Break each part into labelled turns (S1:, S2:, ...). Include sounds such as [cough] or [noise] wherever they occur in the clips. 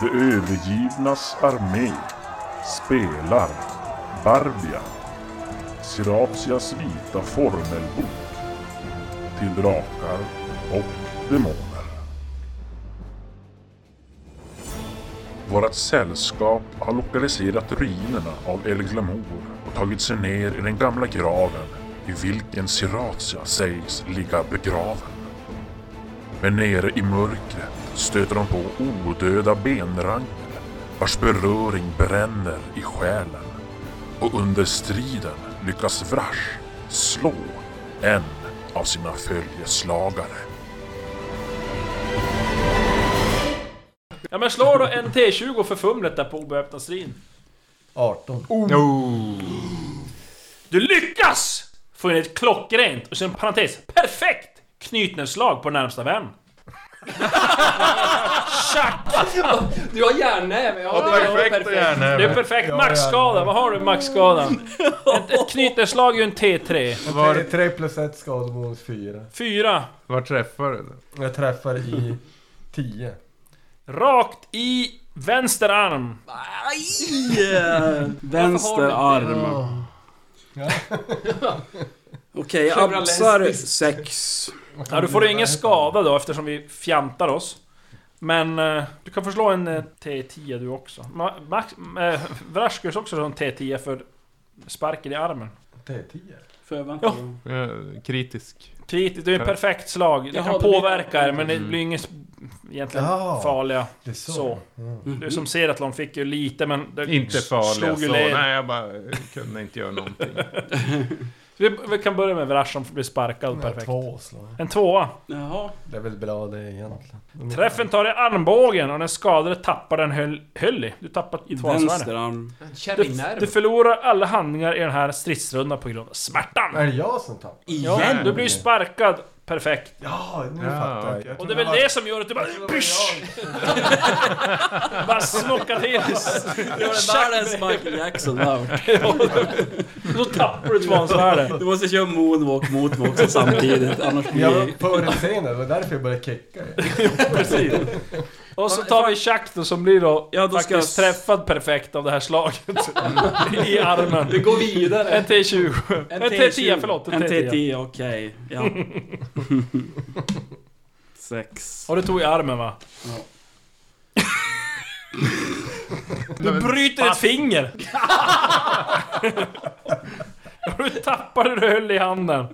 S1: De övergivnas armé spelar Barbia, Siratias vita formelbok till drakar och demoner. Vårat sällskap har lokaliserat ruinerna av El Glamour och tagit sig ner i den gamla graven i vilken Siratia sägs ligga begraven. Men nere i mörkret stöter de på odöda benrangel vars beröring bränner i själen. Och under striden lyckas Vrash slå en av sina följeslagare.
S2: Ja men slå då en T20 för fumlet där på obeväpnad strid.
S3: 18.
S2: Du lyckas! Få in ett klockrent och sen parentes, perfekt knytnävsslag på närmsta vän. Tjack!
S4: Du har järnnäve! Ja,
S5: Ja, perfekt
S2: Det är
S5: gärna.
S2: perfekt, maxskada. Vad har du maxskadan? Ett, ett knytnävsslag är ju en T3.
S3: Var... 3 plus 1 skadebonus 4.
S2: Fyra.
S5: Var träffar du?
S3: Jag träffar i 10.
S2: Rakt i vänster arm.
S6: Yeah. Vänster arm. [laughs] Okej, jag absar
S4: Generalistiskt.
S6: sex.
S2: Ja, du får ju ingen skada då eftersom vi fjantar oss. Men eh, du kan förslå en eh, T10 du också. Ma- Max... Eh, Vrashkus också en T10 för sparken i armen.
S3: T10?
S6: Får jag vänta?
S5: Eh, Kritisk.
S2: Kritiskt, det är ju ett perfekt slag. Det
S4: Jaha,
S2: kan
S4: det blir-
S2: påverka er men
S5: Mm.
S2: det blir inget egentligen
S3: Jaha.
S2: farliga.
S3: Det är så. Mm.
S2: Så. Du som ser att de fick ju lite men... Det
S5: Inte farliga
S2: slog ju
S5: så.
S2: ler.
S5: Nej, jag bara eh, kunde inte göra [laughs] någonting.
S2: Vi, vi kan börja med Vrash som blir sparkad
S3: Perfekt.
S2: perfekt.
S3: Två slag.
S2: En tvåa.
S6: Jaha.
S3: Det är väl bra det egentligen.
S2: Träffen tar i armbågen och den skadade tappar den höll, höll i. Du tappar
S6: I
S2: tvåansvärde.
S6: vänster arm.
S2: Du,
S4: Kärringnerv.
S2: du förlorar alla handlingar i den här stridsrundan på grund av smärtan.
S3: Är det jag som tappar?
S2: Ja, du blir ju sparkad perfekt.
S3: Ja, nu
S5: Ja.
S3: fattar jag. jag.
S2: Och det är
S3: trodde
S2: väl
S3: var-
S2: det som gör att du bara... Pysch! bara smockar till.
S6: Världens Michael Jackson
S2: [laughs]
S6: där.
S2: Då tappar du tvåansvärde.
S6: Du måste köra moonwalk mot mig också samtidigt, annars blir
S3: Jag var
S6: det...
S3: på scenen, det var därför jag började kicka.
S2: Precis. Och så tar vi Chuck då som blir då,
S6: Ja, då ska
S2: faktiskt
S6: jag s-
S2: träffad perfekt av det här slaget.
S5: [laughs] Mm.
S2: I armen.
S4: Det går vidare.
S2: En T20. En T10, förlåt.
S6: En T10, okej. Ja. Sex.
S2: Och det tog i armen va?
S6: Ja.
S2: Du bryter ett
S5: [laughs]
S2: finger! Och du tappar det du höll i handen.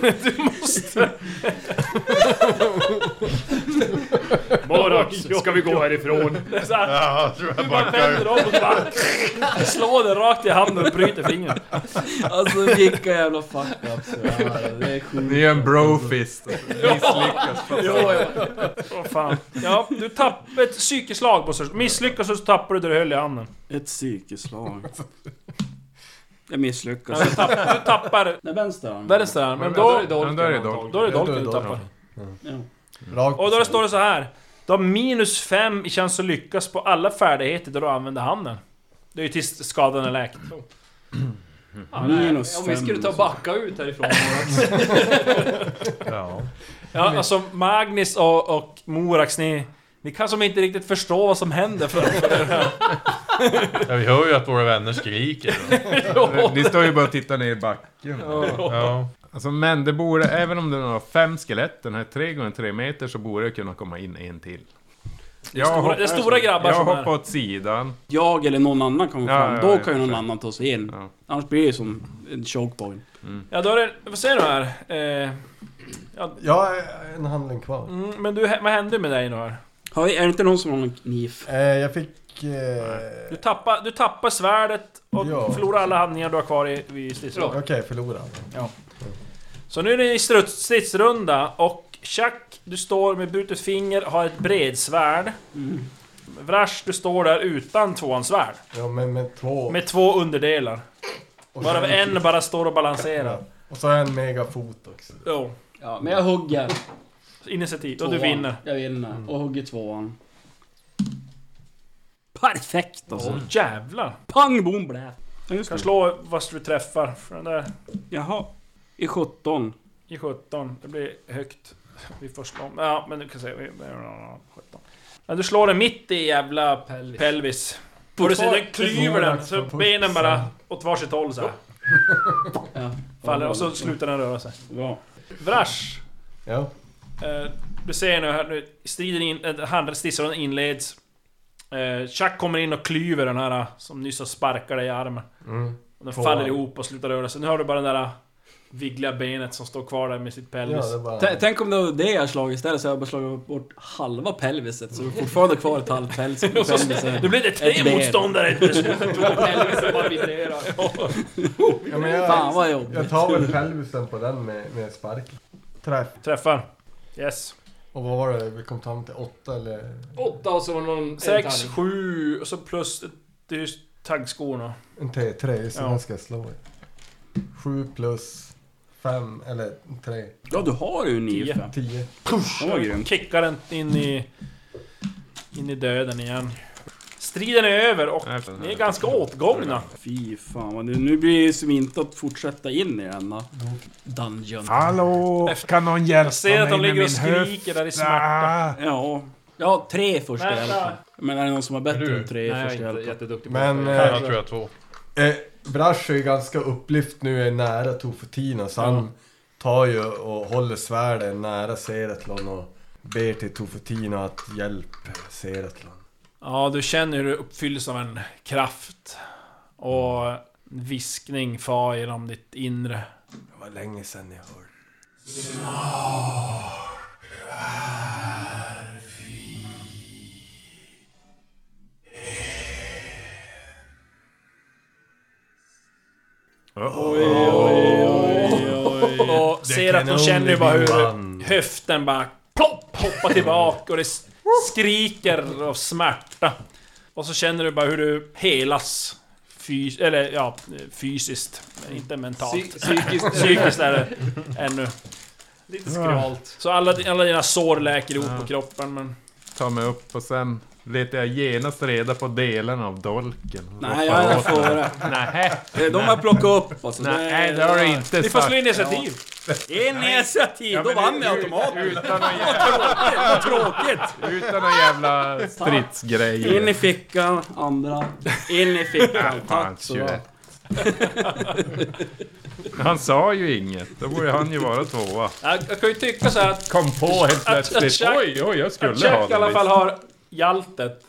S2: Du måste... [laughs] Borax, ska vi gå härifrån? Det är så här,
S5: Ja, tror jag
S2: du bara vänder om och bara... Slår den rakt i handen och bryter fingret.
S6: Alltså vilka jävla fuck-ups jag har. Det är sjukt.
S5: Det är
S2: [laughs]
S5: en brofist. Misslyckas.
S2: Åh fan. Ja, du tappar ett psykeslag på sig. Misslyckas så tappar du det du höll i handen.
S6: Ett psykiskt
S2: [laughs]
S6: slag. Jag misslyckas.
S2: Du tappar, du tappar
S6: Nej, vänster arm.
S2: vänster arm. Men då...
S5: Ja, då är det dolk.
S2: Då är det
S3: Ja, då är
S2: dolken du
S3: det
S2: tappar.
S6: Ja.
S3: Rakt
S2: Och då står det så här. Du har minus 5 i chans att lyckas på alla färdigheter då du använder handen. Det är ju tills skadan är läkt.
S4: Ja, nej.
S6: Minus
S4: Om vi
S6: fem
S4: skulle ta och
S6: så.
S4: backa ut
S2: [laughs]
S4: härifrån.
S3: Ja.
S2: Ja, alltså Magnus och, och Morax, ni... Ni kan som inte riktigt förstå vad som händer för
S5: Ja, vi hör ju att våra vänner skriker. Ni står ju bara och tittar ner i backen. Ja. Alltså, men det borde, även om det var fem skelett, den här 3 gånger 3 meter, så borde det kunna komma in en till. Jag
S2: stora, det är stora grabbar
S5: jag
S2: som
S5: hoppar
S2: är...
S5: åt sidan.
S6: Jag eller någon annan kommer
S5: Ja,
S6: fram.
S5: ja,
S6: då
S5: ja,
S6: kan ju någon
S5: precis.
S6: annan ta sig in.
S5: Ja.
S6: Annars blir det som en choke point.
S2: Ja, då är det... Vad säger du här? Eh, ja,
S3: Jag har en handling kvar.
S2: mm, men du, vad hände med dig nu här?
S6: Har vi, är det inte någon som har en kniv?
S3: Eh, jag fick... Eh,
S2: Du tappar, du tappar svärdet och
S3: Ja.
S2: förlorar alla handlingar du har kvar i, i stridsrundan.
S3: Okej, förlorad.
S2: Så nu är det i struts- stridsrunda och Chuck, du står med brutet finger, har ett bredsvärd.
S6: Mm.
S2: Vrash, du står där utan tvåans svärd.
S3: Ja, men med två...
S2: Med två underdelar.
S3: och så-
S2: Varav en bara står och balanserar.
S3: Och så har jag en megafot också.
S2: Jo.
S6: Ja, men jag hugger.
S2: Initiativ. Och du vinner. Mm.
S6: Jag vinner. Och hugger tvåan. Perfekt alltså.
S2: Åh jävlar.
S6: Pang bom blä. Ja, just
S2: Kan
S6: det.
S2: slå vad du träffar. För den där
S6: Jaha. I 17.
S2: i 17. Det blir högt. Vi får slå. Ja, men du kan säga... 17. Ja, du slår den mitt i jävla pelvis. Och du ser, den klyver den, så benen bara åt varsitt håll så här.
S6: Ja.
S2: Faller och så slutar den röra sig.
S7: Bra.
S2: Vrash!
S3: Ja.
S2: Eh, du ser nu här, nu striden in, eh, handelsdissan inleds. Eh, Chuck kommer in och klyver den här eh, som nyss har sparkat dig i armen.
S3: Mm.
S2: Och den
S3: Två.
S2: faller ihop och slutar röra sig. Nu har du bara den där viggliga benet som står kvar där med sitt
S3: Ja,
S2: pelvis.
S3: det är bara...
S6: T- Tänk om det var det jag slagit istället så har jag bara slagit bort halva pelviset så det är fortfarande kvar ett halvt päls.
S2: [laughs]
S6: pelvis.
S2: Du blir det tre
S6: Ett ben.
S2: motståndare plötsligt.
S4: Helvete vad vibrerar.
S3: ja, men
S6: Fan
S3: jag,
S6: vad jobbigt.
S3: jag tar väl pelvisen på den med, med sparken. Träff.
S2: [laughs] Träffar. Yes.
S3: Och vad var det vi kom fram till? Åtta eller?
S4: Åtta och så var det någon... en
S2: 6,
S4: tallrik.
S2: 7 och så plus... Det är ju taggskorna.
S3: En T3, så
S2: Ja.
S3: den ska jag slå i. Sju plus fem, eller tre,
S7: Ja, du har ju 9-5.
S3: tio.
S7: Den var grym.
S2: Kickar den in i... In i döden igen. Striden är över och
S5: Nej, fan.
S2: ni är ganska åtgångna.
S7: Fy fan. vad det- Nu blir det som inte att fortsätta in i denna.
S6: Dungeon.
S5: Hallå! Kan någon hjälpa
S2: Jag ser att de
S5: mig med
S2: ligger och
S5: min höft?
S2: skriker där i smärta.
S7: Ja.
S6: Ja, tre första i alla fall.
S2: Vänta!
S7: Men är det någon som har
S5: Är du?
S7: bättre än tre
S2: Nej,
S7: första
S2: jag är
S7: hjälpen?
S2: inte
S6: [laughs]
S2: jätteduktig på
S3: Men
S2: det.
S5: Jag
S3: eh,
S5: tror jag två.
S3: eh, Brash är ju ganska upplyft nu, är nära Tofotina, så han tar ju och håller svärdet nära Seratlon och ber till Tofotina att hjälp Seratlon.
S2: Ja, du känner hur du uppfylls av en kraft. Och en viskning far genom ditt inre.
S3: Det var länge sedan jag hörde.
S2: Och ser att
S3: can
S2: hon känner ju bara
S3: only be
S2: hur
S3: one.
S2: höften bara plopp, hoppar tillbaka och det s- skriker av smärta. Och så känner du bara hur du helas. Fys eller ja, fysiskt. men Inte mentalt.
S4: Psy- Psykiskt.
S2: Psykiskt är det
S4: [laughs]
S2: ännu.
S4: Lite skralt.
S2: Så alla, alla dina sår läker ihop på kroppen men...
S5: Ta mig upp och sen letar jag genast reda på delarna av dolken.
S6: Nej, jag är före.
S5: Nej,
S6: Eh, De har plockat upp alltså.
S5: nej, det har du inte
S2: Ni får
S5: sagt.
S2: slå initiativ!
S6: Initiativ! Då vann jag automatiskt.
S5: Utan någon jävla,
S6: Vad [laughs] tråkigt!
S5: utan någon jävla stridsgrej.
S6: In i fickan, andra. In i fickan.
S5: Fan,
S6: Tack så bra.
S5: 21. Han sa ju inget. Då borde han ju vara tvåa.
S2: Jag, jag kan ju tycka så här att...
S5: Kom på helt
S2: att
S5: plötsligt.
S2: Jack-
S5: Oj, oj, jag skulle ha
S2: Jack i
S5: den.
S2: alla
S5: visst.
S2: fall har hjaltet.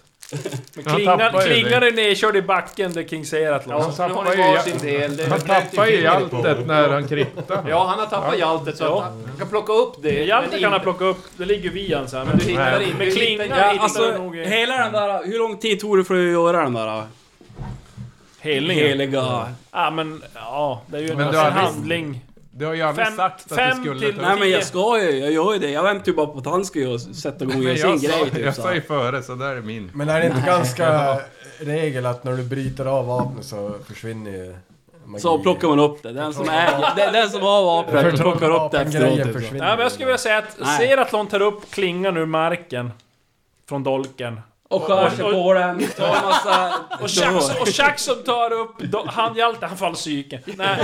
S2: Men
S5: Han tappar
S2: klingan,
S5: ju det.
S2: klingan är nedkörd i backen där King säger att...
S4: Ja,
S5: tappar
S4: nu har ni
S5: ju
S4: var
S5: jag-
S4: sin del. Det-
S5: Han tappar ju alltet när han krittade.
S4: Ja, han har tappat jaltet så
S2: Ja.
S4: att han kan plocka upp det.
S2: Hjaltet
S4: men
S2: kan ha
S4: inte-
S2: plockat upp, det ligger vi han så här, men...
S4: Men du hittar
S5: Nej.
S4: inte...
S2: Men
S4: du
S2: klingan
S4: hittar-
S6: Ja,
S2: hittar du
S6: alltså,
S2: nog i-
S6: hela den där... Hur lång tid tog det för att göra den där
S2: Helningen?
S6: heliga...
S2: Ja men, ja. Det är ju
S5: Men
S2: en
S5: du har visst-
S2: handling.
S5: Du har ju aldrig
S2: Fem-
S5: sagt att
S2: fem
S5: du skulle
S2: till-
S5: ta
S6: Nej men
S2: Tio.
S6: jag ska ju, jag gör ju det. Jag väntar ju bara på att han ska göra, sätta igång och göra
S5: Men jag
S6: sin
S5: sa,
S6: grej typ
S5: jag sa ju
S6: såhär.
S5: före, så där är min.
S3: Men är det inte [laughs] ganska regel att när du bryter av vapnet så försvinner ju magi?
S6: Så plockar man upp det. Den som, är, den, den som har vapnet plockar upp det
S3: Grejer
S6: efteråt. Typ. så.
S3: försvinner.
S2: Ja, men jag skulle vilja säga att
S6: Nej.
S2: Seratlon tar upp klingan ur marken. Från dolken.
S6: typ. Och skär sig
S2: Och-
S6: på den, tar en massa...
S5: [laughs]
S2: Och Chuck, och Chuck som tar upp do- handhjälten, han faller psyken. [laughs] Nej.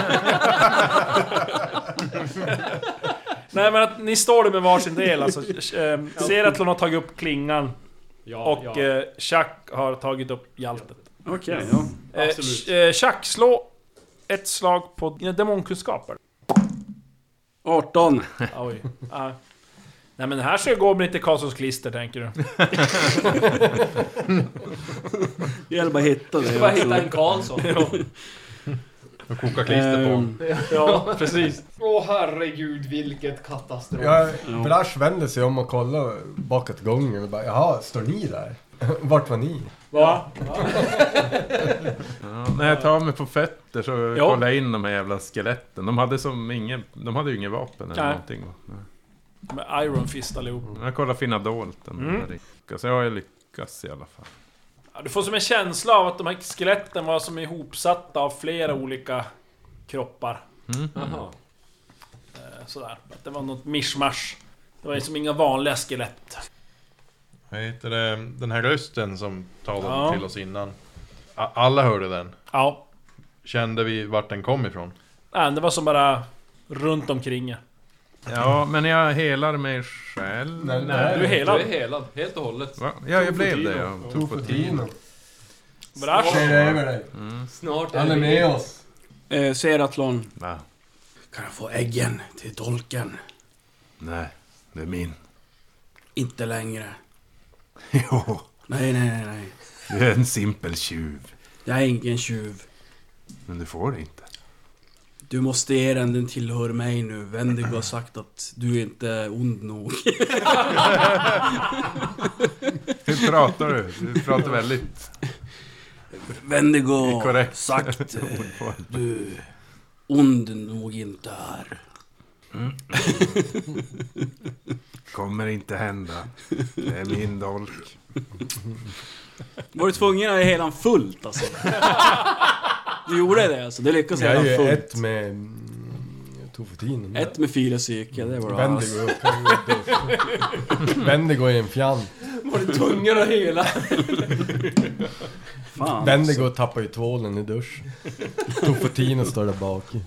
S2: Nej men att ni står där med varsin del alltså. Eh, Seratlon har tagit upp klingan
S4: Ja, ja.
S2: och eh, Chuck har tagit upp hjaltet.
S7: Okej, ja.
S2: Eh,
S4: Absolut.
S2: Ch- eh, Chuck, slå ett slag på dina demonkunskaper.
S6: 18.
S2: Oj. [laughs] Ja. Nej men det här ska ju gå om det inte är Karlssons klister, tänker du.
S6: Det gäller bara att hitta
S4: Du
S6: det.
S4: ska bara hitta en
S2: [laughs]
S4: Karlsson.
S5: Och koka klister på.
S6: Ehm,
S2: Ja, precis.
S4: Åh herregud vilket katastrof.
S3: Ja,
S6: Ja.
S3: Brash vänder sig om och kollar bakåt gången och bara jaha, står ni där? [laughs] Vart var ni?
S2: Va?
S5: Ja, när jag tar mig på fötter så
S2: Ja.
S5: kollar jag in de här jävla skeletten. De hade som ingen, de hade ju inget vapen eller
S2: Nej.
S5: någonting. va? Nej.
S2: Med Iron Fist allihop.
S5: Jag kollar finna dolt. Mm. Så jag har ju lyckats i alla fall.
S2: Ja, du får som en känsla av att de här skeletten var som ihopsatta av flera olika kroppar.
S4: Jaha.
S2: Eh, Sådär. Att det var något mischmasch. Det var ju som inga vanliga skelett.
S8: Vad heter det? Den här rösten som talade
S2: Ja.
S8: till oss innan. A- Alla hörde den.
S2: Ja.
S8: Kände vi vart den kom ifrån?
S2: Nej, det var som bara runt omkring er.
S5: Ja, men jag helar mig själv.
S3: Nej, nej.
S2: Du är
S9: Du
S2: helad.
S9: är helad, helt och hållet.
S5: Va? Ja, jag blev det. ja.
S3: Tofotino.
S2: Brash.
S3: Ser över dig.
S9: Snart
S3: Han är
S9: vi-
S3: med oss.
S7: Eh, Seratlon.
S5: Va?
S7: Kan jag få äggen till dolken?
S5: Nej, det är min. [laughs]
S7: Inte längre.
S5: Jo,
S7: Nej, nej, nej, nej.
S5: du är en simpel tjuv.
S7: Jag är ingen tjuv.
S5: Men du får det inte.
S7: Du måste ge den, den tillhör mig nu. Wendigo har sagt att du inte är
S6: [laughs]
S7: ond nog.
S5: Hur pratar du? Du pratar väldigt
S7: Wendigo har
S5: Korrekt.
S7: sagt eh,
S5: ordform.
S7: du ond nog inte är.
S5: Kommer inte hända. Det är min dolk.
S7: Var du tvungen att hela fullt alltså? Du gjorde det alltså? Det lyckades
S3: Jag är
S7: hela
S3: ju
S7: fullt.
S3: ett med mm, Tofotino.
S7: Ett med fyra psyke, det var det.
S3: Wendigo.
S6: [laughs]
S3: Wendigo är en fjant.
S9: Var det tungor och hela?
S7: Fan.
S3: Wendigo tappar ju tvålen
S6: [laughs]
S3: i duschen. Tofotino står där bak. i.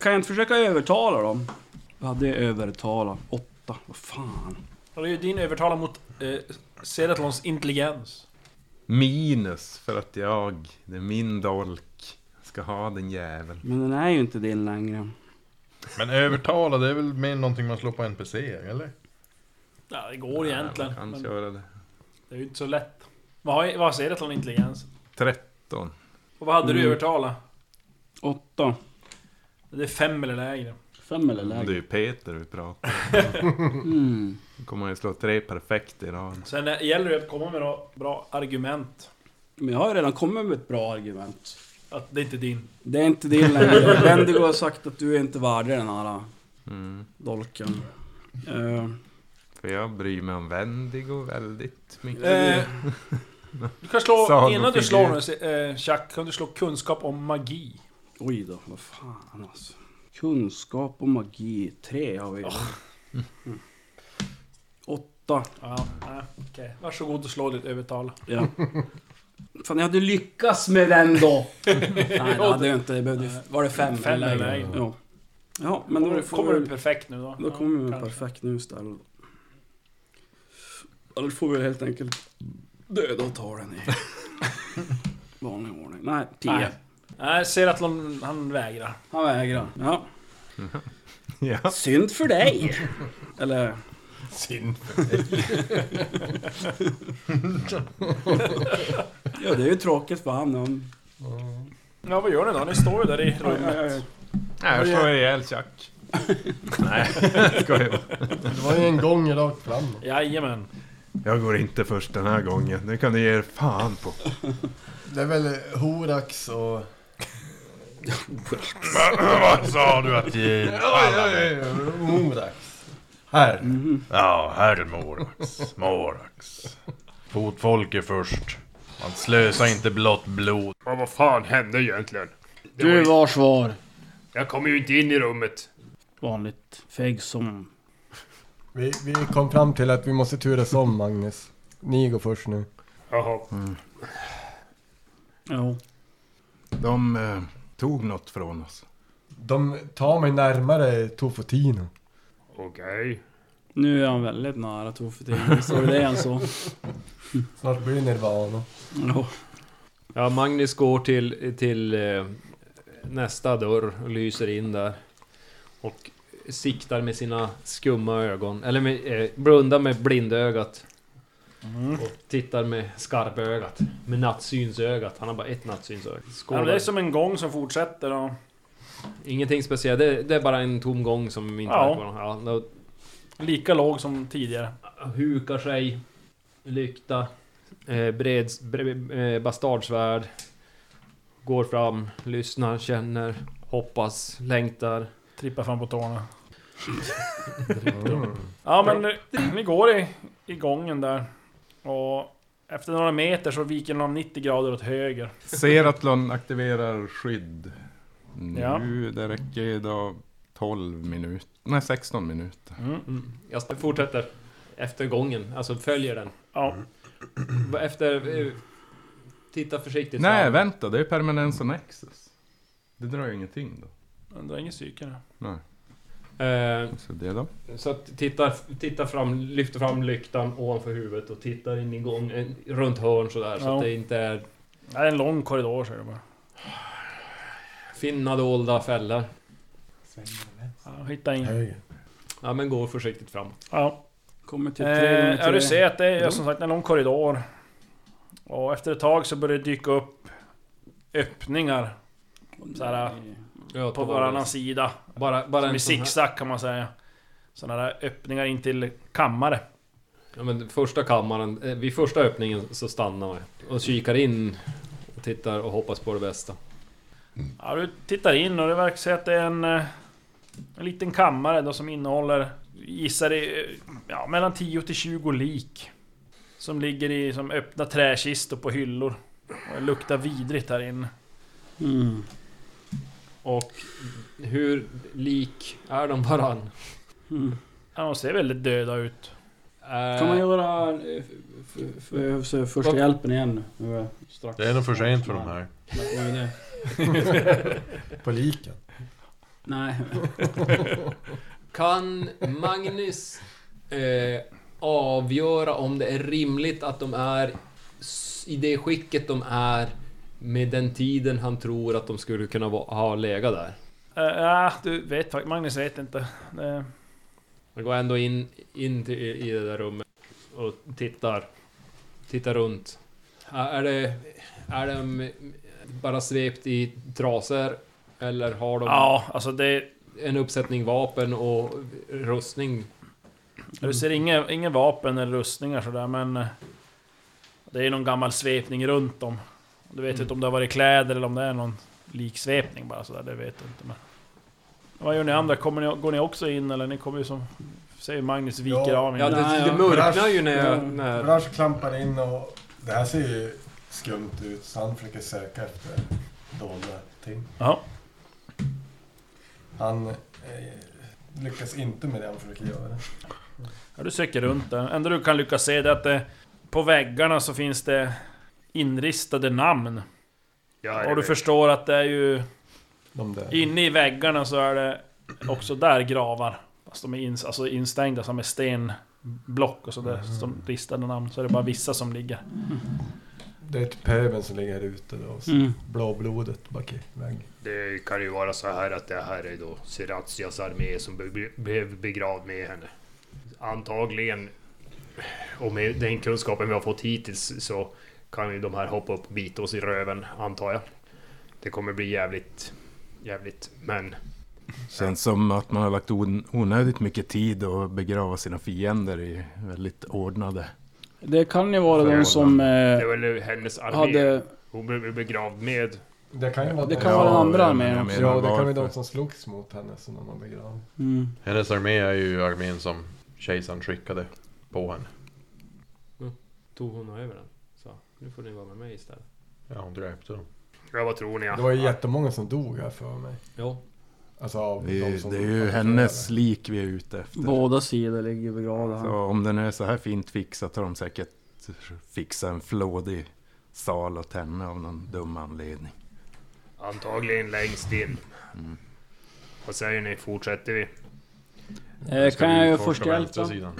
S7: Kan jag inte försöka övertala dem? Jag hade övertala. Åtta. Vad fan.
S2: Och Det är ju din övertalan mot eh, Seratlons intelligens.
S5: Minus för att jag, det är min dolk, ska ha den jäveln.
S7: Men den är ju inte din längre.
S8: Men övertala, det är väl mer någonting man slår på NPC eller?
S2: Ja, det går egentligen.
S5: Ja, man
S2: Men
S5: kan köra det.
S2: det är ju inte så lätt. Vad har, vad har Seratlon intelligens?
S5: 13.
S2: Och vad hade du
S7: Mm.
S2: övertala?
S7: Åtta.
S2: Det är fem eller lägre.
S7: Fem eller
S5: Det är
S7: lägre?
S5: ju Peter vi pratar
S7: Mm.
S5: Då kommer han ju slå tre perfekt i rad.
S2: Sen eh, gäller det att komma med några bra argument.
S7: Men jag har ju redan kommit med ett bra argument.
S2: Att det inte är din.
S7: Det är inte din längre. Bendigo har sagt att du är inte värdig den här eh,
S5: Mm.
S7: dolken. Eh,
S5: För jag bryr mig om Wendigo väldigt mycket.
S2: Eh, du kan slå,
S5: Sagofigur.
S2: innan du slår nu se- eh, Chuck, kan du slå kunskap om magi?
S7: oj då, vad fan alltså. Kunskap och magi. Tre har vi. Mm. Åtta.
S2: Ja, nej, okej. Varsågod och slå ditt övertal.
S7: Ja. Fan, jag hade lyckats med
S2: [laughs]
S7: den då! Nej, det hade jag inte. Jag behövde, var det fem?
S2: Fem eller lägre.
S7: Ja. ja, men
S2: Men
S7: då
S2: då
S7: får
S2: kommer
S7: vi-
S2: du perfekt nu då.
S7: Då kommer vi med
S2: kanske.
S7: perfekt nu istället. Ja, då får vi helt enkelt döda och ta [laughs] den i vanlig ordning. Nej,
S2: Nej.
S7: tio.
S2: Nej, Seratlon, han vägrar.
S7: Han vägrar. Ja.
S5: Ja.
S7: Synd för dig! Eller...
S3: Synd.
S7: Ja, det är ju tråkigt för han. om-
S2: Ja, vad gör ni då? Ni står ju där i
S7: Ja, ja,
S2: rummet.
S7: ja.
S5: Nej, jag slår ihjäl Chuck. Nej, skojar bara.
S3: Det var ju en gång rakt fram.
S2: Jajamän.
S5: Jag går inte först den här gången. Det kan ni ge er fan på.
S3: Det är väl Horax och...
S8: Vad sa du att ge?
S3: Horax. Här.
S7: Mhm.
S8: Ja, herr Morax. Morax. Fotfolket först. Man slösar inte blått blod.
S10: Ja, vad fan hände egentligen? Det var
S7: Du
S10: ju,
S7: var svar.
S10: jag kom ju inte in i rummet.
S7: Vanligt feg som...
S3: Vi, vi kom fram till att vi måste turas om, Magnus. Ni går först nu.
S10: Jaha.
S7: Ja.
S5: De eh, tog något från oss.
S3: De tar mig närmare Tofotino.
S10: Okej.
S7: Nu är han väldigt nära Tofetin. Så det är han så.
S3: Snart blir det Nirvana.
S7: Ja.
S9: Ja, Magnus går till, till eh, nästa dörr och lyser in där. Och siktar med sina skumma ögon, eller med, eh, blundar med blindögat.
S10: Mm.
S9: Och tittar med skarpögat, med nattsynsögat. Han har bara ett nattsynsöga.
S2: Ja, det
S9: Skålar.
S2: är som en gång som fortsätter och...
S9: Ingenting speciellt, det, det är bara en tom gång som inte
S2: Ja.
S9: verkar vara- ja. då
S2: Lika låg som tidigare.
S9: Hukar sig, lykta, eh, bred, bre, eh, bastardsvärd. Går fram, lyssnar, känner, hoppas, längtar.
S2: Trippar fram på tårna.
S10: [laughs]
S2: Ja men eh, ni går i, i gången där. Och efter några meter så viker den om 90 grader åt höger.
S5: Seratlon aktiverar skydd. Nu,
S2: Ja.
S5: det räcker idag 12 minuter. Nej, 16 minuter.
S9: Mm. Jag st- fortsätter efter gången, alltså följer den.
S2: Ja.
S9: Va- Efter... eh, Titta försiktigt
S5: Nej,
S9: fram.
S5: vänta. Det är permanens och nexus. Det drar ju ingenting då.
S2: Undrar ingen psyke nu.
S5: Nej.
S9: Eh,
S5: Så det då?
S9: så att tittar, tittar fram, lyfter fram lyktan ovanför huvudet och tittar in i gång, en- runt hörn sådär. Så
S2: Ja.
S9: att det inte är
S2: Det är en lång korridor säger jag bara.
S9: finna dolda fällor.
S2: Ja, hitta in.
S9: Ja men går försiktigt framåt.
S2: Ja.
S7: Kommer till
S2: Eh,
S7: Typ tre gånger
S2: ja,
S7: tre.
S2: du ser att det är
S7: Ja.
S2: som sagt en lång korridor. Och efter ett tag så börjar det dyka upp öppningar. Såhär,
S9: Ja,
S2: på
S9: på
S2: varannan
S9: varje-
S2: sida.
S9: Bara- bara
S2: som
S9: en
S2: i
S9: sån här-
S2: zigzag kan man säga. Sådana där öppningar in till kammare.
S9: Ja men första kammaren, eh, vid första öppningen så stannar man och kikar in och tittar och hoppas på det bästa.
S2: Ja, du tittar in och det verkar sig att det är en, eh, en liten kammare då som innehåller, gissar det, eh, ja, mellan 10 till 20 lik. Som ligger i som öppna träkistor på hyllor. Och det luktar vidrigt här inne.
S7: Mm.
S9: Och hur lik är de varann?
S2: Ja, de ser väldigt döda ut.
S7: Kan man göra eh, f- f- f- f- första hjälpen igen nu? Nu är strax.
S8: Det är nog för sent för de här.
S7: Vad är
S9: eh,
S7: det?
S3: På liken.
S7: Nej.
S9: Kan Magnus eh, avgöra om det är rimligt att de är s- i det skicket de är med den tiden han tror att de skulle kunna va- ha legat där?
S2: Eh, Ja, du vet faktiskt, Magnus vet inte. Det,
S9: Jag går ändå in, in till, i det där rummet och tittar. Tittar runt. Ä- Är det... Är de bara svept i trasor? Eller har de...
S2: Ja, alltså det...
S9: En uppsättning vapen och rustning?
S2: du ser inga, inga vapen eller rustningar sådär men... eh, Det är någon gammal svepning runt dem. Du vet inte om det har varit kläder eller om det är någon liksvepning bara sådär, det vet du inte men... Vad gör ni andra? Kommer ni, går ni också in eller? Ni kommer ju som... Säger Magnus viker av en
S9: Ja, det-
S2: grej.
S9: det mörknar ju när jag-
S3: Brash-
S9: när-
S3: Brash klampar in och... Det här ser ju skumt ut, så han försöker söka efter dolda ting.
S2: Ja.
S3: Han eh, lyckas inte med det han försöker göra.
S2: Ja, du söker runt där. Enda du kan lyckas se det är att det, på väggarna så finns det inristade namn.
S10: Ja, jag
S2: och du
S10: vet.
S2: förstår att det är ju...
S3: De där.
S2: Inne i väggarna så är det också där gravar. Fast de är ins- alltså instängda som är stenblock och sådär. Som ristade namn. Så är det bara vissa som ligger.
S3: Det är pöbeln som ligger här ute då. Och så
S2: Mm.
S3: Blåblodet bak i väggen.
S10: Det kan ju vara så här att det här är då Seratias armé som be- be- blev begravd med henne. Antagligen, och med den kunskapen vi har fått hittills så kan ju de här hoppa upp och bita oss i röven, antar jag. Det kommer bli jävligt, jävligt, men...
S5: Känns som att man har lagt on- onödigt mycket tid och begrava sina fiender i väldigt ordnade...
S7: Det kan ju vara de som... eh,
S10: Det är väl hennes armé.
S7: hade-
S10: Hon blev begravd med...
S3: Det kan ju vara
S7: Det kan vara den andra armén också.
S3: Ja, det kan vara de som slogs mot henne som de har begravt.
S7: Mm.
S8: Hennes armé är ju armén som kejsaren skickade på henne.
S9: Tog hon över den? Så, nu får ni vara med mig istället.
S8: Ja, hon dräpte dem.
S10: Ja, vad tror ni?
S3: Det var ju jättemånga som dog här för mig.
S9: Ja.
S3: Alltså av de
S5: Vi,
S3: som...
S5: det är ju hennes lik vi är ute efter.
S7: Båda sidor ligger begravda.
S5: Så om den är så här fint fixat har de säkert fixat en flådig sal åt henne av någon dum anledning.
S10: Antagligen längst in. Vad säger ni? Fortsätter vi?
S7: Eh,
S8: Ska
S7: kan
S8: vi
S7: jag göra
S8: utforska
S7: första
S8: på
S7: hjälpen?
S8: vänstra sidan?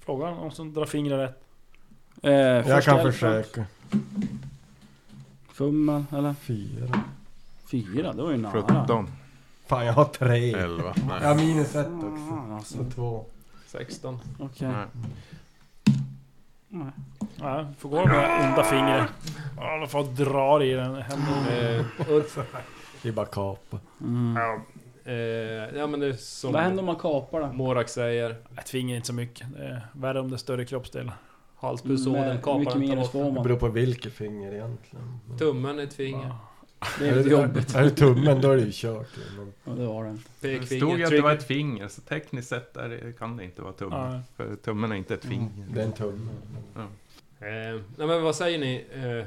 S2: Frågan om som drar fingrar rätt.
S7: Eh,
S3: Jag
S7: första
S3: kan
S7: hjälpen.
S3: försöka.
S7: Fummen, eller?
S3: Fyra.
S7: Fyra, det var ju nära.
S5: Sjutton.
S3: Fan, jag har tre.
S8: Elva.
S3: Jag har
S8: Nej.
S3: minus ett också.
S7: alltså.
S3: Så två.
S9: 16.
S7: Okej.
S5: Nej.
S7: Nej.
S2: Ja, du får gå med det onda fingret. Ja, de får dra i den. Händer.
S9: Eh, Ulf,
S3: Det är bara kapa.
S7: Mm.
S10: Ja,
S9: eh, ja men det är som
S7: Vad händer om man kapar den?
S9: Morak säger.
S2: Ett finger är inte så mycket. Det är värre om det är större kroppsdelar.
S7: Med-
S9: Halspulsådern
S7: Hur mycket
S9: kapar den
S7: minus
S9: tar bort.
S7: får
S3: Det
S7: man?
S3: beror på vilket finger egentligen. Men-
S9: Tummen är ett finger.
S7: Det
S3: Är
S7: är lite
S3: det,
S7: jobbigt.
S3: är det tummen då är det ju kört. ju, Men
S7: Ja, det var den.
S5: Det stod ju
S9: Pekfinger.
S5: att det
S9: Trigger.
S5: var ett finger, så tekniskt sett är det, kan det inte vara tummen.
S2: Ja.
S5: För tummen är inte ett finger.
S7: Mm.
S3: det är en tumme.
S9: Eh, nej men vad säger ni? Eh,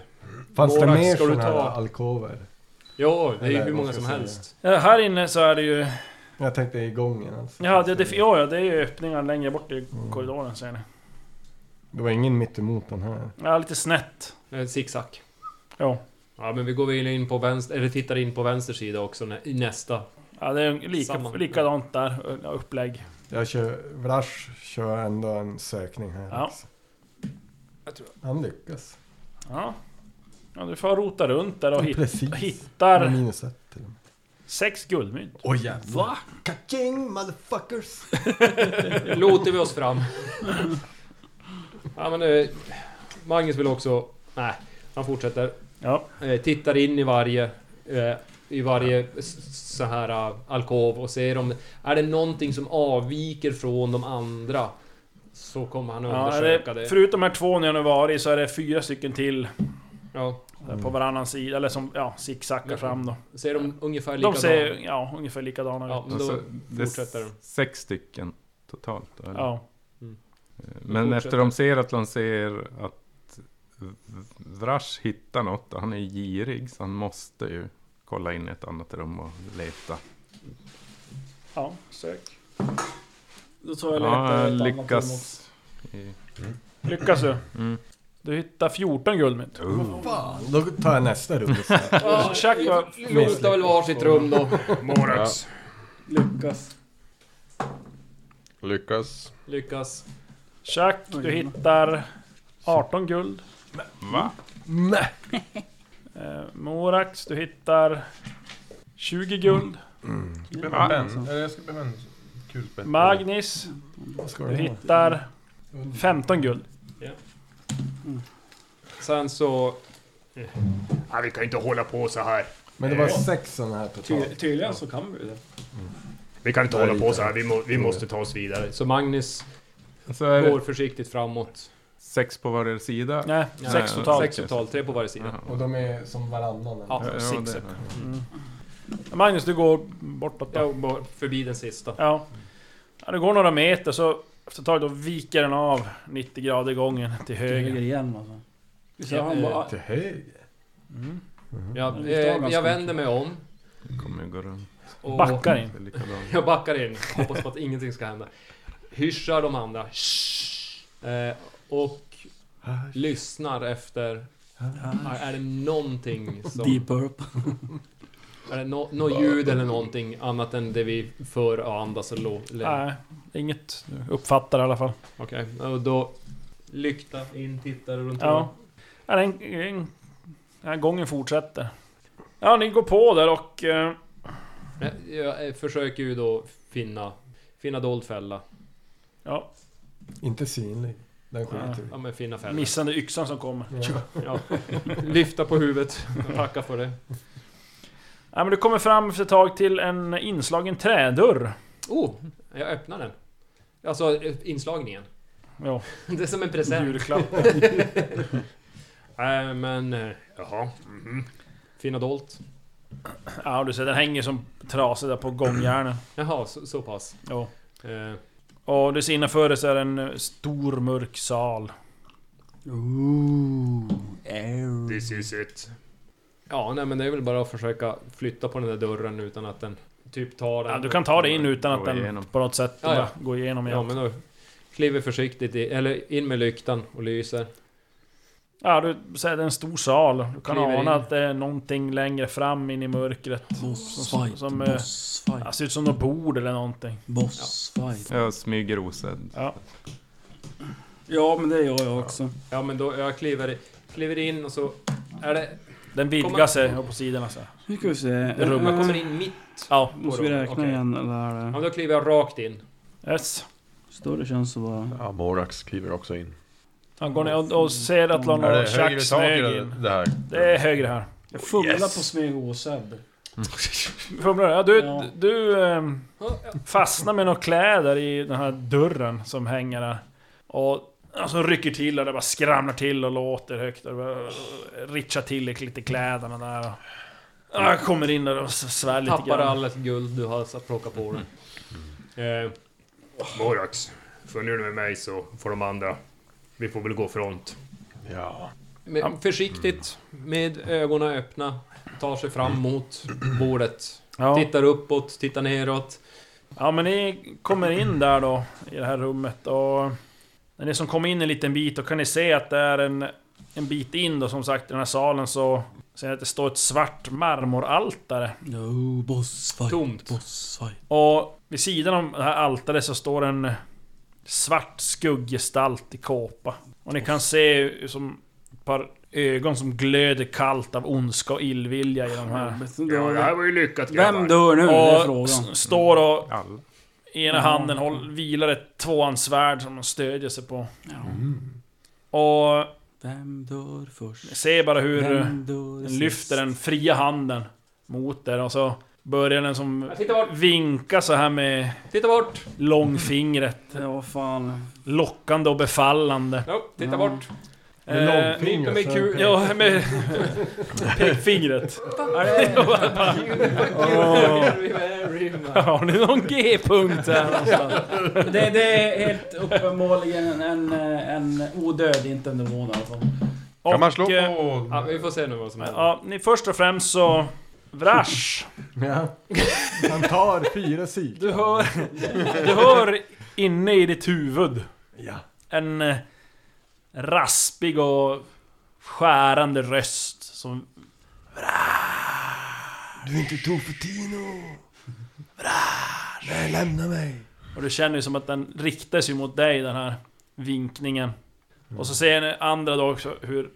S3: Fanns det
S9: Borax,
S3: mer
S9: ska du
S3: sådana
S9: ta?
S3: här alkover?
S9: ja, det är ju
S3: Eller
S9: hur
S3: vad
S9: många
S3: ska
S9: som
S3: jag säga?
S9: helst.
S2: Ja, här inne så är det ju...
S3: Jag tänkte i gången alltså.
S2: Ja, det, det, ja, ja, det är ju öppningar längre bort i korridoren ser ni.
S3: Det var ingen mittemot den här.
S2: Ja, lite snett.
S9: Eh, zigzag.
S2: Ja.
S9: Ja men vi går väl in på vänster, eller tittar in på vänster sida också nä, i nästa.
S2: Ja, det är lika,
S9: Samma.
S2: likadant där, ö, upplägg.
S3: Jag kör, Vrash kör ändå en sökning här.
S2: Ja.
S3: också. Han lyckas.
S2: Ja. ja, du får rota runt där och hit,
S3: Precis.
S2: hittar
S3: Med Minus ett till och med.
S2: sex guldmynt.
S3: Oj jävlar.
S2: Va?
S3: Kaking motherfuckers!
S9: Loter vi oss fram. Ja, men, eh, Magnus vill också... Nej, han fortsätter.
S2: Ja.
S9: Eh, tittar in i varje... Eh, I varje s- så här eh, alkov och ser om... Är det någonting som avviker från de andra? Så kommer han
S2: Ja,
S9: undersöka
S2: det,
S9: det.
S2: förutom de här två ni har nu varit i så är det fyra stycken till.
S9: Ja.
S2: Där På varannan sida, eller som ja, zigzaggar fram då.
S9: Ser de ungefär
S2: De
S9: likadana?
S2: ser ja, ungefär likadana
S9: Ja,
S2: ut.
S9: men då
S5: Alltså, det är
S9: fortsätter de.
S5: Sex stycken totalt då, eller?
S2: Ja.
S9: Mm.
S5: Men
S9: Då
S5: efter de ser att de ser att Vrash hittar något, och han är ju girig så han måste ju kolla in i ett annat rum och leta.
S2: Ja, sök.
S7: Då tar jag
S5: Ja,
S7: letar
S5: han
S7: ett annat rum
S5: lyckas. i-
S2: Lyckas du?
S5: Mm.
S2: Du hittar 14 guldmynt.
S10: Oh.
S3: Fan, då tar jag nästa rum
S2: [laughs]
S3: istället.
S2: Ja, Chuck var...
S9: Luktar väl varsitt rum då.
S8: Morax.
S7: Lyckas.
S8: Lyckas.
S9: Lyckas.
S2: Chuck, du hittar 18 guld.
S5: Va?
S2: Eh, Morax, du hittar 20 guld.
S8: Ska vi behöva en penna? Eller jag ska behöva en kulspett.
S2: Magnus,
S3: Vad ska
S2: du
S3: du ha?
S2: hittar 15 guld.
S9: Sen så...
S10: Nej, vi kan inte hålla på så här.
S3: Men det var sex sådana här totalt.
S7: Ty- tydligen så kan vi det.
S10: Vi kan inte
S3: Nej,
S10: hålla på
S3: inte.
S10: så här. Vi, må, vi måste ta oss vidare.
S9: Så Magnus
S5: Så är
S9: går
S5: det
S9: försiktigt framåt.
S5: sex på varje sida.
S2: Nej, sex
S5: Nej,
S2: totalt.
S9: Sex totalt, tre på varje sida.
S3: Och de är som varannan. eller?
S9: Ja.
S5: Ja, ja,
S2: Six
S5: det-
S2: up. Magnus, du går bortåt då.
S9: Jag går förbi den sista.
S2: Ja. ja. Det går några meter så efter ett tag då viker den av 90 grader gången till
S7: Höger
S2: höger.
S7: igen alltså. Så
S9: Ja,
S7: han
S9: eh,
S7: bara, ah,
S2: typ.
S3: Till höger?
S9: Jag,
S7: det står
S9: eh,
S7: ganska
S9: jag vänder mig om.
S5: Kommer ju gå runt.
S9: Och
S2: Backar in.
S5: Det är likadant.
S9: [laughs] Jag backar in. Hoppas på att ingenting ska hända. Hyschar de andra. Shh. Eh, och lyssnar efter... Är är det någonting som...
S7: Deep Purple.
S9: Är det något no ljud eller någonting annat än det vi för och andas och låter?
S2: Nej, inget du uppfattar i alla fall.
S9: Okej, och då... Lykta in, tittar runt
S2: Ja. ja den, den, den här gången fortsätter. Ja, ni går på där och... eh,
S9: Jag, jag eh, försöker ju då finna, finna dold fälla.
S2: Ja,
S3: Inte synlig. Den skiter vi i.
S9: Ja men finna fälla.
S2: missande yxan som kommer.
S9: Ja. Lyfta på huvudet. Tacka för det.
S2: Ja, men du kommer fram efter ett tag till en inslagen trädörr.
S9: Oh! Jag öppnar den. Alltså eh, inslagningen. [laughs]
S2: Ja,
S9: Det är som en present.
S2: julklapp.
S9: Nej men... eh, Jaha. mhm. Finna dolt.
S2: Ja, du ser den hänger som trasor där på gångjärnen.
S9: Jaha, så, så pass.
S2: Ja.
S9: Eh,
S2: Och du ser innanför dig så är det en eh, stor mörk sal.
S7: Ooh, air.
S10: This is it.
S9: ja, nej men det är väl bara att försöka flytta på den där dörren utan att den... Typ tar den.
S2: Ja, du kan ta dig in utan
S5: Gå
S2: att den
S5: igenom.
S2: på något sätt
S9: Ja, ja.
S2: bara går igenom
S9: Ja
S2: igen.
S9: men då... Kliver försiktigt i, eller in med lyktan och lyser.
S2: Ja, du ser det är en stor sal. Du kan
S9: Kliver
S2: ana
S9: in.
S2: att det är någonting längre fram in i mörkret.
S7: Bossfight,
S2: som, eh, Ja,
S7: bossfight,
S2: ser ut som något bord eller någonting.
S7: bossfight.
S5: Jag smyger osedd.
S2: Ja.
S7: Ja men det gör jag också.
S9: Ja men då, jag kliver, kliver in och så... Är det...
S2: Den vidgar
S9: Kommer-
S2: sig här på sidorna så. här.
S7: Nu ska vi se.
S9: Man
S7: Eh,
S9: kommer in mitt.
S2: Ja,
S7: Måste vi räkna
S9: Okej.
S7: igen eller är
S9: Ja, men
S7: det...
S9: då kliver jag rakt in.
S2: yes.
S7: Större känns det bara.
S8: Ja, Morax kliver också in.
S2: Han går ner och, och ser att Lon
S8: Är
S2: och
S8: det högre
S2: Chuck
S8: tak
S2: smög
S8: eller
S2: in.
S8: det här?
S2: Det är högre här.
S7: Jag fumlar
S8: Yes.
S7: på smeg osedd.
S2: [laughs] Fumlar du? Ja, du,
S7: Ja.
S2: du ehm, fastnar med några kläder i den här dörren som hänger där. Och alltså rycker till och det bara skramlar till och låter högt. Och det bara eh, ritchar till lite kläderna där. Och, ah, kommer in där och s- svär lite
S9: Tappar
S2: grann.
S9: allt guld du har så plockat på dig. Eh,
S10: Morax, följer du med mig så får de andra... Vi får väl gå front.
S8: Ja.
S9: men Mm. försiktigt, med ögonen öppna, tar sig fram mot bordet.
S2: Ja.
S9: Tittar uppåt, tittar neråt.
S2: ja, men ni kommer in där då i det här rummet och när ni som kommer in en liten bit då kan ni se att det är en en bit in då som sagt i den här salen så ser jag att det står ett svart marmoraltare. No, bossfight. Tomt. Bossfight. Och vid sidan om det här altaret så står en svart skugggestalt i kåpa. Och ni kan se som ett par ögon som glöder kallt av ondska och illvilja i de här.
S10: Ja, det här var ju lyckat
S2: Vem dör nu? det är frågan. Mm. s- står och... I ena
S10: Mm.
S2: handen håll, vilar ett tvåhandsvärd som de stödjer sig på. Mm. Och...
S7: Vem dör först?
S2: Ser bara hur eh,
S7: Vem dör
S2: den
S7: sist?
S2: lyfter den fria handen mot er och så börjar den som
S7: Ja, titta bort.
S2: vinka så här med...
S7: Titta bort!
S2: Långfingret.
S7: Ja, fan.
S2: Lockande och befallande.
S7: Ja, titta bort.
S2: Eh,
S7: Långfingret,
S2: Med
S7: så.
S2: kul... Ja, med... Pekfingret. Jag bara- bara- Har ni någon G-punkt här någonstans?
S7: [laughs] det, det är helt uppenbarligen en, en odöd, inte alltså. en demon i alla fall.
S2: Kan man slå Och, eh,
S7: på...
S10: Ja, vi får se nu vad som händer.
S2: Ja, ni först och främst så... Vrash!
S3: Ja. Han tar fyra psyk.
S2: Du hör... Du hör inne i ditt huvud.
S3: Ja.
S2: En eh, raspig och skärande röst som...
S3: Du är inte Tofutino. Nej, lämna mig.
S2: Och du känner ju som att den riktar sig mot dig, den här vinkningen. Och så ser ni andra då också hur...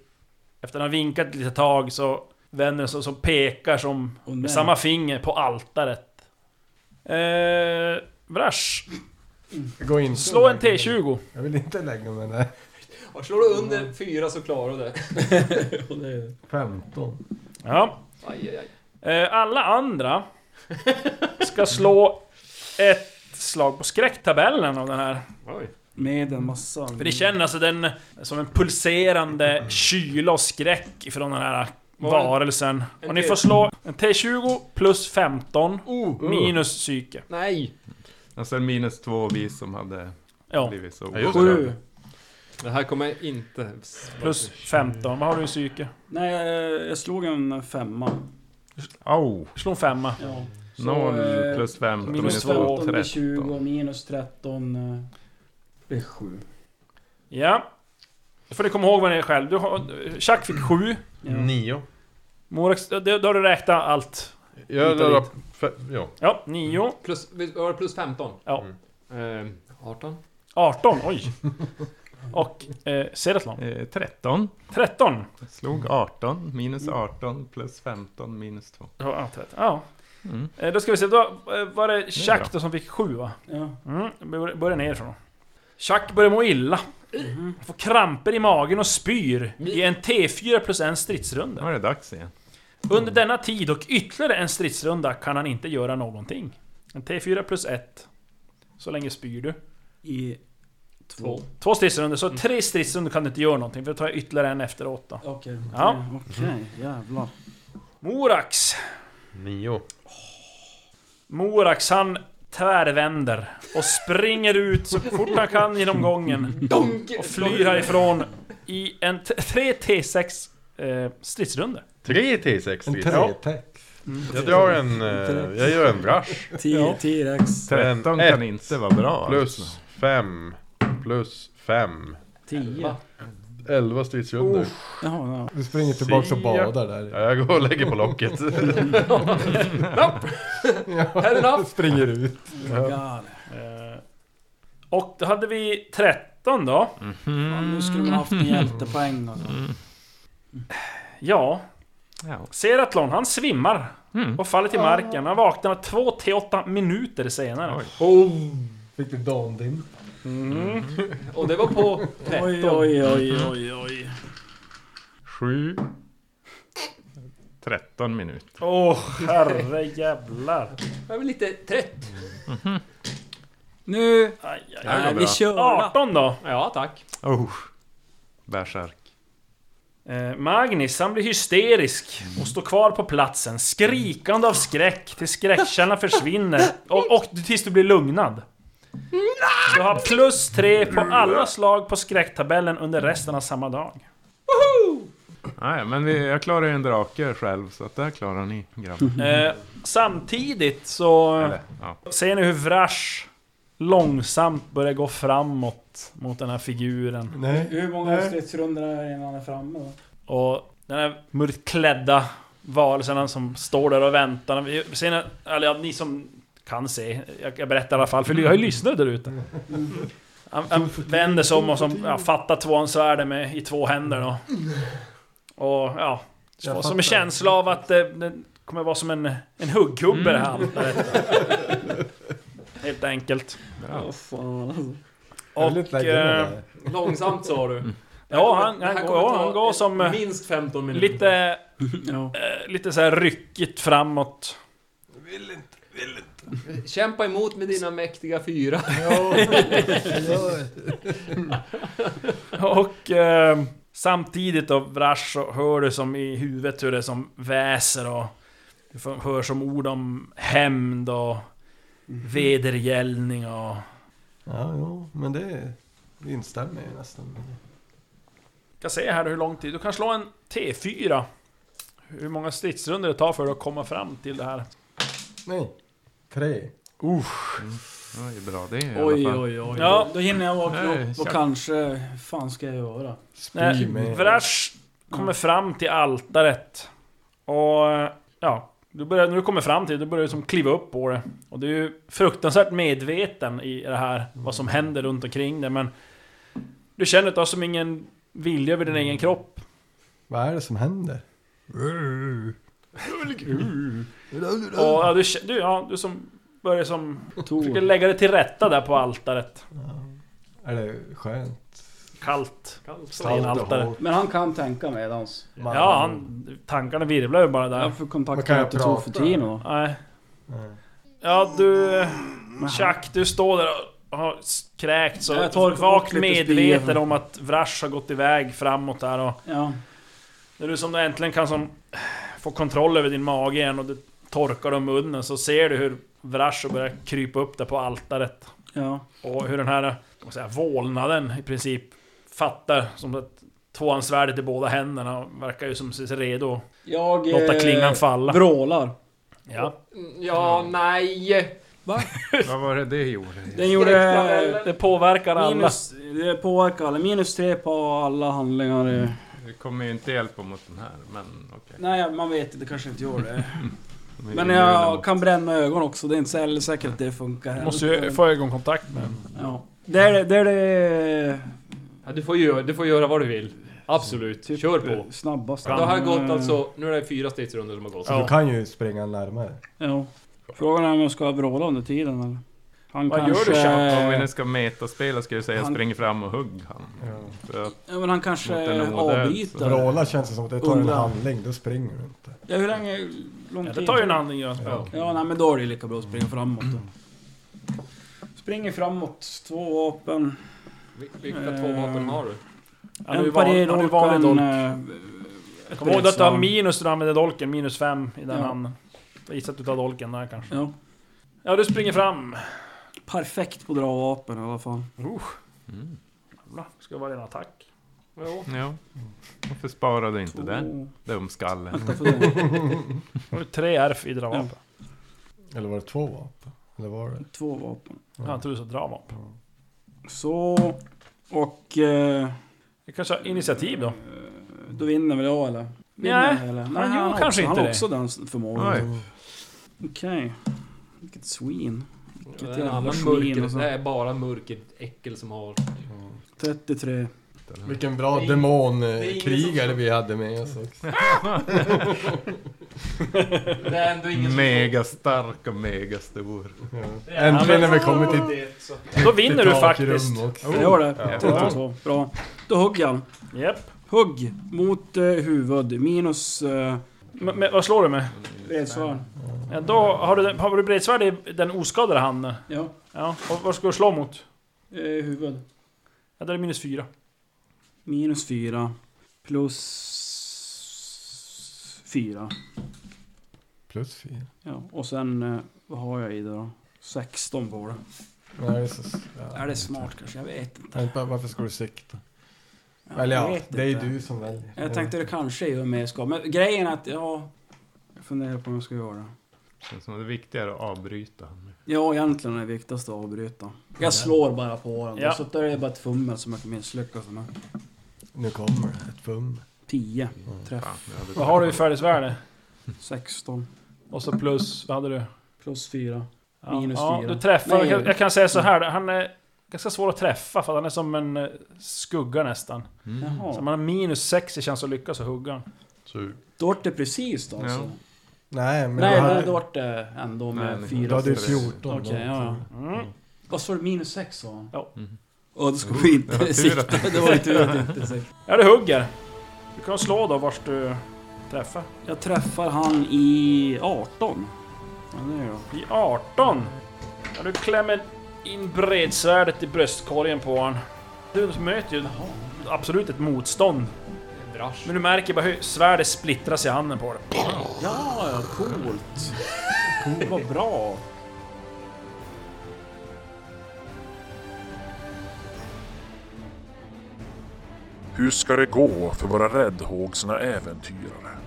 S2: Efter att han vinkat lite tag så vänder den sig och så pekar som...
S7: nej.
S2: med samma finger på altaret. Eh... Vrash!
S3: Gå in.
S2: Slå en T20.
S3: Jag vill inte lägga mig där.
S6: Och slår du under fyra så klarar
S9: [laughs]
S6: du det.
S3: 15.
S2: Ja. Eh, Alla andra ska slå ett slag på skräcktabellen av den här.
S7: Med en massa...
S2: För det känns alltså den som en pulserande kyla och skräck ifrån den här varelsen.
S10: en
S2: Och ni
S10: T-
S2: får slå en T20 plus 15
S10: Oh.
S2: minus psyke.
S10: Nej!
S5: Och sen minus två vi som hade
S2: Ja.
S5: blivit så
S2: Ja, just det. Sju.
S9: Det här kommer inte...
S2: Plus 15, vad har du i psyke?
S7: Nej, jag, jag slog en femma.
S5: Au!
S2: Slå en femma.
S7: Ja. Så,
S5: Noll
S7: eh,
S5: plus fem,
S7: Minus
S5: minus två,
S7: 15 blir 20,
S5: tretton.
S7: minus 13 eh, blir 7.
S2: Ja. Då får ni komma ihåg vad ni är själv. Du har, Chuck fick 7.
S8: Mm.
S5: Mm.
S8: Nio.
S2: Morax, då då har du räknat allt.
S8: Jag
S2: Hit och
S8: la...
S2: dit.
S8: fe- Ja.
S2: Ja, 9.
S10: Plus, var det plus 15?
S2: Ja.
S9: Eh,
S10: Mm. 18?
S2: 18, oj. Och eh, Seratlon.
S5: Eh, 13.
S2: 13.
S5: Slog 18, minus 18, plus 15, minus 2.
S2: Ja, 13. Ja.
S5: Mm.
S2: Eh, Då ska vi se, då eh, var det
S5: Det
S2: Chuck
S5: är
S2: då som fick 7 va?
S7: Ja.
S2: Mm, bör- börja nerifrån då. Chuck börjar må illa. Får kramper i magen och spyr i en T4 plus en stridsrunda.
S5: Nu är det dags igen.
S2: Under denna tid och ytterligare en stridsrunda kan han inte göra någonting. En T4 plus 1. Så länge spyr du.
S7: I två.
S2: Två stridsrundor, så
S5: Mm.
S2: tre stridsrundor kan du inte göra någonting för då tar jag ytterligare en efteråt då.
S7: Okej,
S2: Ja.
S7: okej, jävlar.
S2: Morax!
S8: Nio.
S2: Morax han tvärvänder och springer ut så fort han kan genom gången. Och flyr härifrån i en t- tre T6 eh, stridsrundor.
S8: Tre T6
S3: En
S8: Ja.
S3: tretex.
S8: Jag drar en... eh, Jag gör en brash.
S7: Tio- T-rex.
S8: En
S5: 13
S8: ett
S5: kan inte vara bra. alltså.
S8: Plus fem. Plus fem.
S7: 10.
S8: Elva stridsrundor.
S7: Jaha, ja.
S3: Du springer tillbaka och
S8: Sia.
S3: badar där.
S8: Ja, jag går och lägger på locket. [laughs]
S10: Nope! Head
S3: Ja,
S10: enough!
S3: springer ut.
S7: Ja.
S2: Eh, och då hade vi 13 då.
S7: Fan, nu skulle man haft en hjältepoäng alltså.
S2: Ja.
S5: Ja.
S2: Seratlon, han svimmar. Och faller till marken. Han vaknar 2 till 8 minuter senare.
S3: Fick du dandimp?
S2: Mm.
S10: Och det var på
S7: Oj,
S10: 13.
S7: oj, oj, oj, oj.
S5: 7. 13 minuter.
S2: Åh, herre jävlar.
S10: Jag var lite trött.
S7: Nu...
S2: Aj, aj,
S5: här går
S7: Nej,
S5: bra.
S7: vi kör.
S2: 18 då.
S10: Ja, tack.
S5: Oh. Bärsärk.
S2: Eh, Magnus, han blir hysterisk och står kvar på platsen skrikande av skräck tills skräckkällan försvinner och, och tills du blir lugnad. Du har plus tre på alla slag på skräcktabellen under resten av samma dag.
S5: Nej, men vi, jag klarar ju en drake själv, så att det här klarar ni
S2: [laughs]
S5: grabbar.
S2: Eh, samtidigt så
S5: Eller, ja.
S2: ser ni hur Vrash långsamt börjar gå framåt mot den här figuren.
S7: Hur många stridsrundor är det innan han är framme då?
S2: Och den här mörkklädda varelsen som står där och väntar. Vi ser, en- eller ja, ni som kan se. Jag, jag berättar i alla fall, för
S10: Mm.
S2: jag har ju lyssnare där ute. Han, han vänder sig om och som, ja, fattar tvåan svärden med, i två händer då. Och ja,
S10: Jag
S2: så,
S10: fattar.
S2: som en känsla av att det, det kommer vara som en, en huggkubbe det här.
S10: Mm.
S2: Helt enkelt.
S6: Ja. Åh, fan, alltså.
S2: Och... Eh,
S6: Långsamt sa du.
S2: Ja, han,
S6: Det här
S2: han,
S6: kommer
S2: går, ja,
S6: ta
S2: han går som... eh,
S6: Minst 15 minuter.
S2: Lite... eh, lite så här ryckigt framåt.
S6: Kämpa emot med dina mäktiga [laughs] fyra.
S2: Och eh, samtidigt då Vrash så hör du som i huvudet hur det som väser och du får, hör som ord om hämnd och vedergällning och...
S3: Ja, jo, men det det instämmer ju nästan.
S2: Jag ska se här hur lång tid, du kan slå en T4. Hur många stridsrundor det tar för dig att komma fram till det här.
S3: Nej. Tre.
S2: Usch.
S5: Ja, det är bra det i alla
S7: Oj,
S5: fall.
S7: oj, oj.
S2: Ja.
S7: Då hinner jag vakna
S5: Nej,
S7: upp och
S5: tja.
S7: kanske... fan ska jag göra?
S2: Nej, Eh, Vrash kommer fram till altaret. Och ja, du börjar, när du kommer fram till det, då börjar du som kliva upp på det. Och du är ju fruktansvärt medveten i det här, vad som händer runt omkring det. Men du känner att du har som ingen vilja över din egen kropp.
S3: Vad är det som händer?
S2: Och ja, du, kä- du, ja, du som börjar som... Försöker lägga det till rätta där på altaret.
S3: Är det skönt?
S2: Kallt. Kallt.
S7: Altar.
S2: Stenaltare.
S7: Men han kan tänka medans.
S2: Ja, han, tankarna virvlar ju bara där.
S7: Jag får kontakta inte Tofutino.
S2: Nej. Ja du... Chuck, du står där och har kräkt så
S7: Mm. Jag tar
S2: vakt
S7: bort lite
S2: medveten
S7: spyor.
S2: om att Vrash har gått iväg framåt där och...
S7: Ja.
S2: När du som du äntligen kan som få kontroll över din mage igen och du torkar om munnen så ser du hur Vrash börjar krypa upp där på altaret.
S7: Ja.
S2: Och hur den här ska man säga, vålnaden i princip fattar som att tvåan svärdet i båda händerna och verkar ju som sig redo att
S7: Jag...
S2: låta
S7: eh,
S2: klingan falla.
S7: Vrålar.
S2: Ja.
S6: Mm, Ja, nej.
S7: Va?
S5: Vad var det det gjorde?
S7: Den gjorde...
S2: Det påverkar alla.
S7: Minus, det påverkar alla. Minus tre på alla handlingar. eh.
S5: Det kommer ju inte hjälpa mot den här, men okej.
S7: Nej, man vet inte. Det kanske inte gör det.
S5: De är
S7: Men
S5: immuna
S7: jag
S5: mot-
S7: kan bränna ögon också. Det är inte så heller säkert att det funkar. heller.
S2: Måste ju få ögonkontakt med den.
S7: Ja. Det är det... det, är det
S6: Ja, du, får göra, du får göra vad du vill. Absolut,
S7: typ
S6: kör
S7: eh,
S6: på.
S7: snabbast.
S6: Då har jag
S7: Mm.
S6: gått alltså, nu är det fyra stridsrundor som har gått.
S3: Så du kan ju springa närmare.
S7: Ja. Frågan är om jag ska vråla under tiden eller? Han
S5: Vad
S7: kanske...
S5: gör du Chuck? Om vi nu ska metaspela ska jag säga
S7: Eh, Han-
S5: spring fram och hugg han. För att-
S7: Ja, men han kanske
S5: mot en odöd,
S7: avbryter.
S5: så-
S3: Vråla känns det som att det tar en
S7: Undrar.
S3: handling, då springer du inte.
S7: Ja, hur länge... Lång
S2: Ja,
S7: tid?
S2: det tar ju en handling att göra.
S7: Ja, ja nej, men då är det ju lika bra att springa framåt då. Springer framåt, två vapen.
S6: Vil- Vilka två vapen har du?
S2: Ja, nu är
S7: En
S2: van- ja, nu är vanlig
S7: parerad
S2: dolk.
S7: dolk. eh, ett
S2: Kom ihåg att du har
S7: bredslag.
S2: minus när du använder dolken, minus fem i den
S7: Ja.
S2: handen. Jag gissar att du tar dolken där kanske.
S7: Ja.
S2: Ja, du springer fram.
S7: Perfekt på att dra vapen i alla fall.
S2: Jävlar, Ska det vara en attack? Jo.
S5: mm, Ja. Varför sparade du inte den? Dumskallen.
S7: Vänta, får
S5: [laughs]
S7: jag-
S2: Har du tre RF i dra vapen?
S3: Eller var det två vapen? Eller var det?
S7: Två vapen.
S2: Ja. Jag tror du sa dra vapen.
S7: Så... Och... Eh,
S2: Du kanske har initiativ då?
S7: då vinner väl jag eller? Vinner
S2: Nej.
S7: jag, eller?
S2: Ja,
S7: Nej,
S2: jo,
S7: han har
S2: kanske
S7: också,
S2: inte
S7: Han
S2: det.
S7: har också den förmågan.
S5: Oj.
S7: Okej. Vilket svin.
S6: Det
S7: Vilket
S6: är en
S7: jävla
S6: annan
S7: svin.
S6: mörker,
S7: alltså.
S6: det är bara mörkeräckel som har...
S7: 33.
S3: Vilken bra
S6: Det är ingen- det är ingen
S3: demonkrigare vi hade med oss också.
S6: Det är ändå ingen som...
S5: Mega stark och mega stor.
S3: Äntligen har vi kommit till...
S2: Då vinner du
S3: tak i
S2: faktiskt.
S3: rum också.
S7: Jag gör det.
S5: Oh. Ja.
S7: 32. Bra. Då hugger han.
S2: Japp.
S7: Hugg mot eh, huvud. Minus... Eh,
S2: Men, men, vad slår du med?
S7: Redsvärd.
S2: Ja, då har du, den- har du bredsvärd i den oskadade handen?
S7: Ja.
S2: Ja. Och vad ska du slå mot?
S7: Eh, huvud.
S2: Ja, det är minus fyra.
S7: Minus 4. Plus... 4.
S3: Plus fyra.
S7: Ja. Och sen... Eh, vad har jag i det då? 16 på det.
S3: Nej, det är så... Ja.
S7: Är det smart kanske? Jag vet inte.
S3: Vänta, Varför ska du sikta?
S7: Jag
S3: Eller ja,
S7: vet
S3: det är
S7: inte.
S3: du som väljer.
S7: Jag tänkte det kanske gör mer skada. Men grejen är att, ja... Jag funderar på om jag ska göra det.
S5: Känns som att det viktigare att avbryta han.
S7: Ja, egentligen är det viktigast att avbryta. Jag slår bara på den.
S6: Ja.
S7: Så det är bara ett fummel som jag kan misslyckas med.
S3: Nu kommer det. Ett fum.
S7: 10 träff.
S2: Vad har du i färdighetsvärde?
S7: 16.
S2: Och så plus, vad hade du?
S7: Plus 4.
S2: Ja,
S7: Minus
S2: ja,
S7: 4.
S2: du träffar.
S7: Nej.
S2: Jag kan, jag kan säga så här, han är ganska svår att träffa för han är som en eh, skugga nästan.
S7: Mm. Jaha.
S2: Så man har minus 6 i chans att lyckas och hugga han.
S7: Då vart det precis då alltså?
S2: Ja.
S3: Nej, men
S7: Nej,
S3: du hade-
S7: nej, då vart det ändå med
S3: Nej, nej.
S7: 4.
S3: Du hade ju 14 då.
S7: Okej, ja, ja.
S2: Mm.
S7: Vad sa du? Minus 6 sa han?
S2: Ja.
S7: Ja, då ska vi
S2: Det var tur
S7: inte
S2: att-
S7: sikta. Det var ju tur att det inte sikta.
S2: Ja, det hugger. Du kan slå då vars du träffar.
S7: Jag träffar han i 18. Ja, det gör jag.
S2: I 18. Ja, du klämmer in bredsvärdet i bröstkorgen på honom. Du möter ju absolut ett motstånd. Men du märker bara hur svärdet splittras i handen på dig.
S7: Ja, ja, coolt. coolt. Vad bra.
S1: Hur ska det gå för våra räddhågsna äventyrare?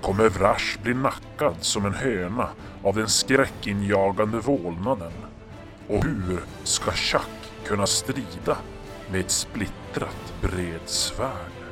S1: Kommer Vrash bli nackad som en höna av den skräckinjagande vålnaden? Och hur ska Chuck kunna strida med ett splittrat bredsvärd?